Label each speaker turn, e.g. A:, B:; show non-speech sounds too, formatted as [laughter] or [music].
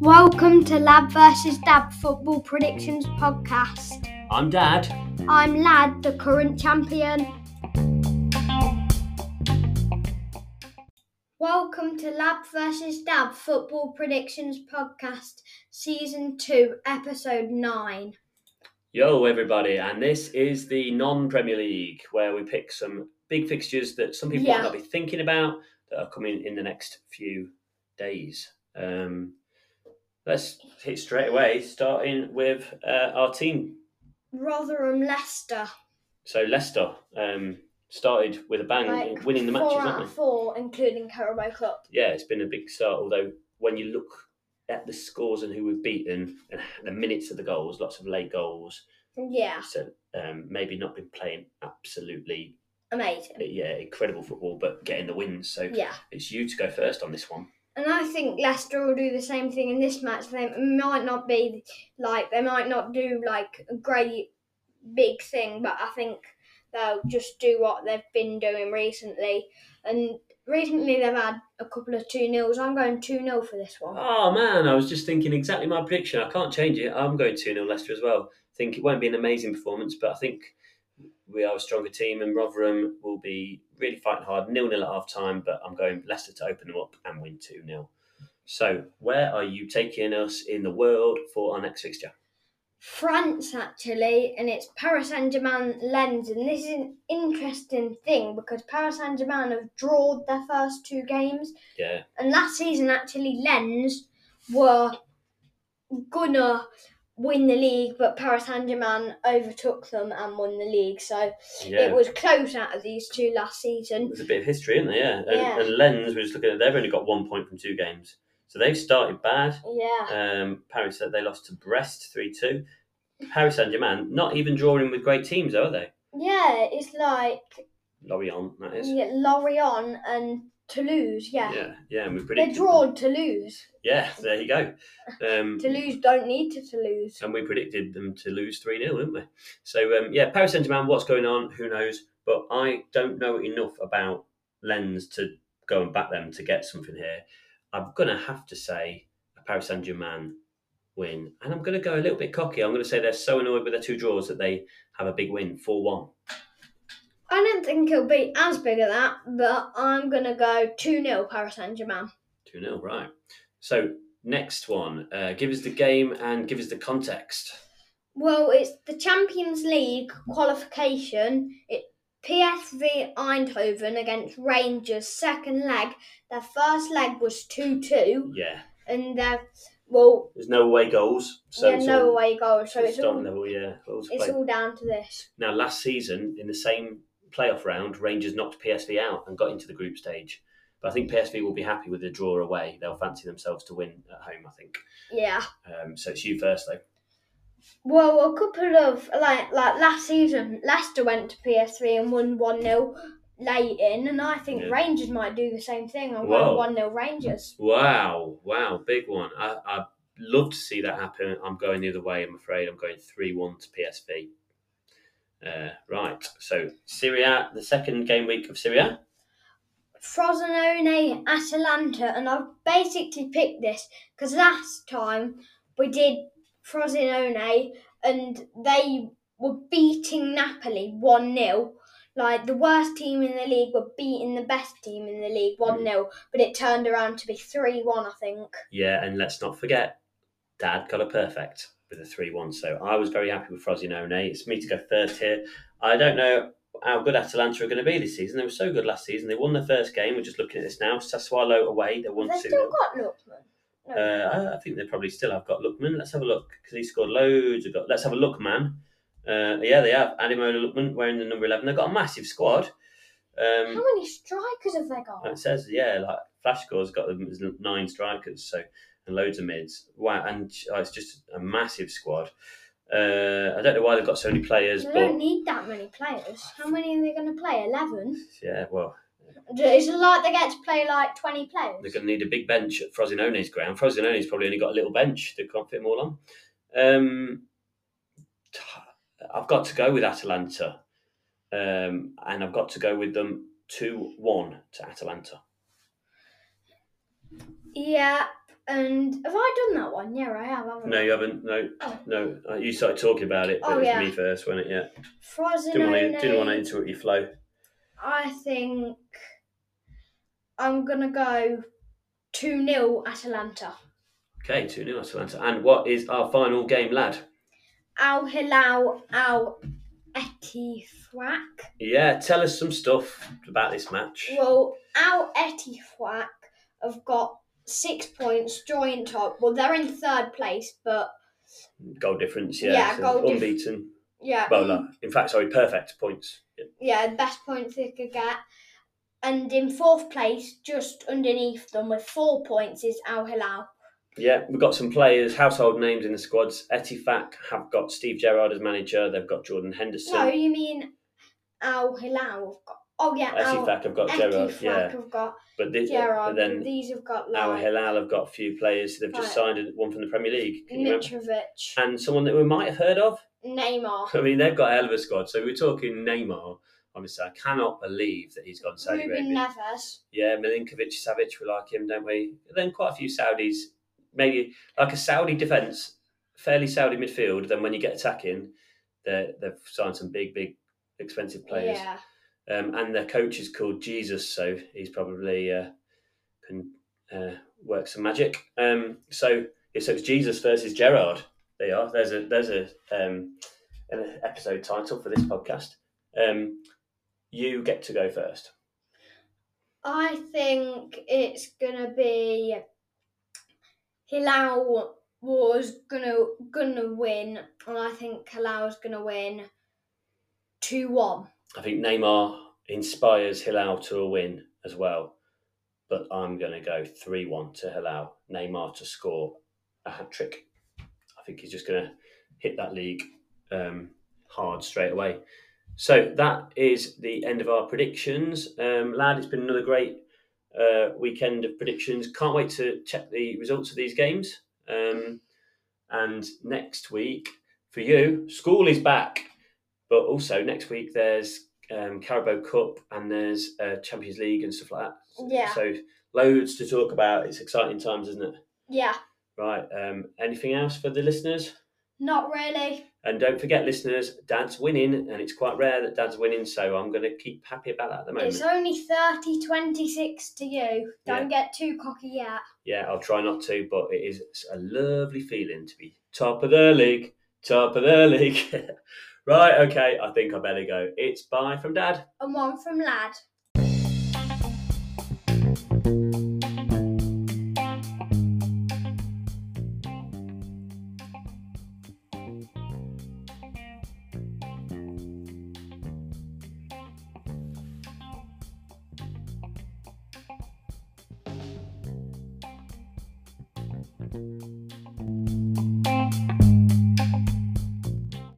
A: Welcome to Lad vs Dad Football Predictions Podcast.
B: I'm Dad.
A: I'm Lad, the current champion. Welcome to Lad vs Dad Football Predictions Podcast, Season 2, Episode 9.
B: Yo, everybody, and this is the non Premier League where we pick some big fixtures that some people
A: Yeah.
B: might not be thinking about that are coming in the next few days. Um, let's hit straight away, starting with uh, our team.
A: Rotherham Leicester.
B: So, Leicester um, started with a bang,
A: Like
B: winning the matches,
A: Four out
B: haven't
A: of
B: they?
A: four, including Carabao Cup.
B: Yeah, it's been a big start, although when you look at the scores and who we've beaten and the minutes of the goals, lots of late goals.
A: Yeah,
B: So um, maybe not been playing absolutely uh,
A: amazing.
B: yeah, incredible football, but getting the wins. So
A: Yeah.
B: it's you to go first on this one.
A: And I think Leicester will do the same thing in this match. They might not be like they might not do like a great big thing, but I think they'll just do what they've been doing recently. And recently they've had a couple of two nils. I'm going two 0 for this one.
B: Oh man, I was just thinking exactly my prediction. I can't change it. I'm going 2 0 Leicester as well. I think it won't be an amazing performance, but I think we are a stronger team and Rotherham will be really fighting hard, nil nil at half time, but I'm going Leicester to open them up and win 2 0. So where are you taking us in the world for our next fixture?
A: France actually, and it's Paris Saint Germain Lens, and this is an interesting thing because Paris Saint Germain have drawn their first two games.
B: Yeah.
A: And last season, actually, Lens were gonna win the league, but Paris Saint Germain overtook them and won the league. So it
B: Yeah.
A: was close out of these two last season.
B: There's a bit of history, isn't there? Yeah. And,
A: Yeah.
B: and Lens, we're just looking at, they've only got one point from two games. So they've started bad.
A: Yeah,
B: Um, Paris said they lost to Brest three two. Paris Saint Germain not even drawing with great teams, are they?
A: yeah, it's like
B: Lorient, that is.
A: yeah, Lorient and Toulouse. Yeah,
B: yeah, yeah, and we
A: they
B: predicted.
A: drawn Toulouse.
B: Yeah, there
A: [laughs]
B: you go. Um,
A: Toulouse don't need to Toulouse.
B: and we predicted them to lose three 0 didn't we? So um, yeah, Paris Saint Germain, what's going on? Who knows? But I don't know enough about Lens to go and back them to get something here. I'm gonna have to say a Paris Saint Germain win, and I'm gonna go a little bit cocky. I'm gonna say they're so annoyed with their two draws that they have a big win, four one.
A: I don't think it'll be as big as that, but I'm gonna go two 0 Paris Saint Germain.
B: 2 0, right. So, next one. Uh, give us the game and give us the context.
A: Well, it's the Champions League qualification. It PSV Eindhoven against Rangers second leg. Their first leg was two two,
B: Yeah.
A: and their well,
B: There's no away goals. So
A: yeah,
B: it's
A: no
B: all-
A: away goal. So it's
B: starting
A: all,
B: level, yeah. goals
A: it's
B: played.
A: all down to this.
B: Now, last season, in the same playoff round, Rangers knocked PSV out and got into the group stage. But I think PSV will be happy with the draw away. They'll fancy themselves to win at home, I think.
A: Yeah.
B: Um, so it's you first, though.
A: Well, a couple of like like last season, Leicester went to PS3 and won one 0 late in, and I think
B: Yeah.
A: Rangers might do the same thing and
B: Whoa.
A: win one 0 Rangers.
B: Wow, wow, big one. I, I'd love to see that happen. I'm going the other way, I'm afraid. I'm going 3 1 to PSV. Uh, right, so Syria, the second game week of Syria.
A: Frosinone, Atalanta, and I've basically picked this because last time we did Frosinone and they were beating Napoli 1 0. Like the worst team in the league were beating the best team in the league 1 0, but it turned around to be 3 1, I think.
B: Yeah, and let's not forget, Dad got a perfect with a 3 1. So I was very happy with Frosinone. It's me to go first here. I don't know how good Atalanta are going to be this season. They were so good last season. They won their first game. We're just looking at this now. Sassuolo away, they won
A: They've
B: 2
A: still got Lookman. No.
B: Uh, I think they probably still have got Luckman. Let's have a look because he scored loads of. Go- Let's have a look, man. Uh, yeah, they have Ademola Luckman wearing the number eleven. They've got a massive squad.
A: How
B: Um,
A: many strikers have they got?
B: it says yeah, like Flash score's got them as nine strikers, so and loads of mids. Wow, and oh, it's just a massive squad. Uh, I don't know why they've got so many players,
A: They
B: but
A: don't need that many players. How many are they going to play? 11?
B: yeah, well,
A: Is it like they get to play like 20 players?
B: They're going to need a big bench at Frosinone's ground. Frosinone's probably only got a little bench. They can't fit them all on. Um, t- I've got to go with Atalanta. Um, and I've got to go with them 2 1 to Atalanta.
A: Yeah, and have I done that one? Yeah, I have, haven't
B: No,
A: I?
B: you haven't. No, no. Uh, You started talking about it, but
A: Oh,
B: it was
A: yeah.
B: me first, wasn't it? Yeah.
A: Frosinone.
B: Didn't want to. Didn't want to interrupt your flow.
A: I think I'm going to go 2 0 Atalanta.
B: Okay, two 0 Atalanta. And what is our final game, lad?
A: Al Hilal Al Etifrak.
B: Yeah, tell us some stuff about this match.
A: Well, Al Etifrak have got six points, joint top. Well, they're in third place, but
B: Goal difference. Yeah,
A: Yeah,
B: so
A: goal dif-
B: unbeaten.
A: yeah,
B: Well, no, in fact, sorry, perfect points. Yeah.
A: yeah, the best points they could get. And in fourth place, just underneath them with four points, is Al Hilal.
B: Yeah, we've got some players, household names in the squads. Etifak have got Steve Gerrard as manager. They've got Jordan Henderson.
A: no, you mean Al Hilal? have got- Oh yeah, Al
B: Etifak have got Gerrard.
A: Etifrak
B: Yeah,
A: have got
B: but, thi-
A: Gerard.
B: but then
A: these have got
B: Al
A: like
B: Hilal have got a few players. They've just signed one from the Premier League. Can you remember?
A: Mitrovic,
B: And someone that we might have heard of.
A: Neymar,
B: I mean, they've got a hell of a squad. So we're talking Neymar. Honestly, I cannot believe that he's gone Saudi
A: Ruben
B: Arabia.
A: Neves.
B: Yeah, Milinkovic, Savic, we like him, don't we? Then quite a few Saudis, maybe like a Saudi defence, fairly Saudi midfield. Then when you get attacking, they're, they've signed some big, big, expensive players.
A: Yeah,
B: Um, and their coach is called Jesus, so he's probably uh, can uh, work some magic. Um, so, yeah, so it's Jesus versus Gerard. They are. There's a there's a um, an episode title for this podcast. Um, you get to go first.
A: I think it's gonna be Hilal was gonna gonna win, and I think Hilal's gonna win two one.
B: I think Neymar inspires Hilal to a win as well, but I'm going to go 3 1 to Hilal. Neymar to score a hat trick. I think he's just going to hit that league um, hard straight away. So that is the end of our predictions. Um, lad, it's been another great uh, weekend of predictions. Can't wait to check the results of these games. Um, and next week, for you, school is back. But also next week there's um, Carabao Cup and there's uh, Champions League and stuff like that.
A: Yeah.
B: So loads to talk about. It's exciting times, isn't it?
A: Yeah,
B: Right. Um, anything else for the listeners?
A: not really.
B: And don't forget, listeners, Dad's winning, and it's quite rare that Dad's winning. So I'm going to keep happy about that at the moment.
A: It's only 30 26 to you. Don't get too cocky yet.
B: yeah, I'll try not to, but it is a lovely feeling to be top of the league, top of the league. [laughs] right. Okay. I think I better go. It's bye from Dad.
A: And one from Lad.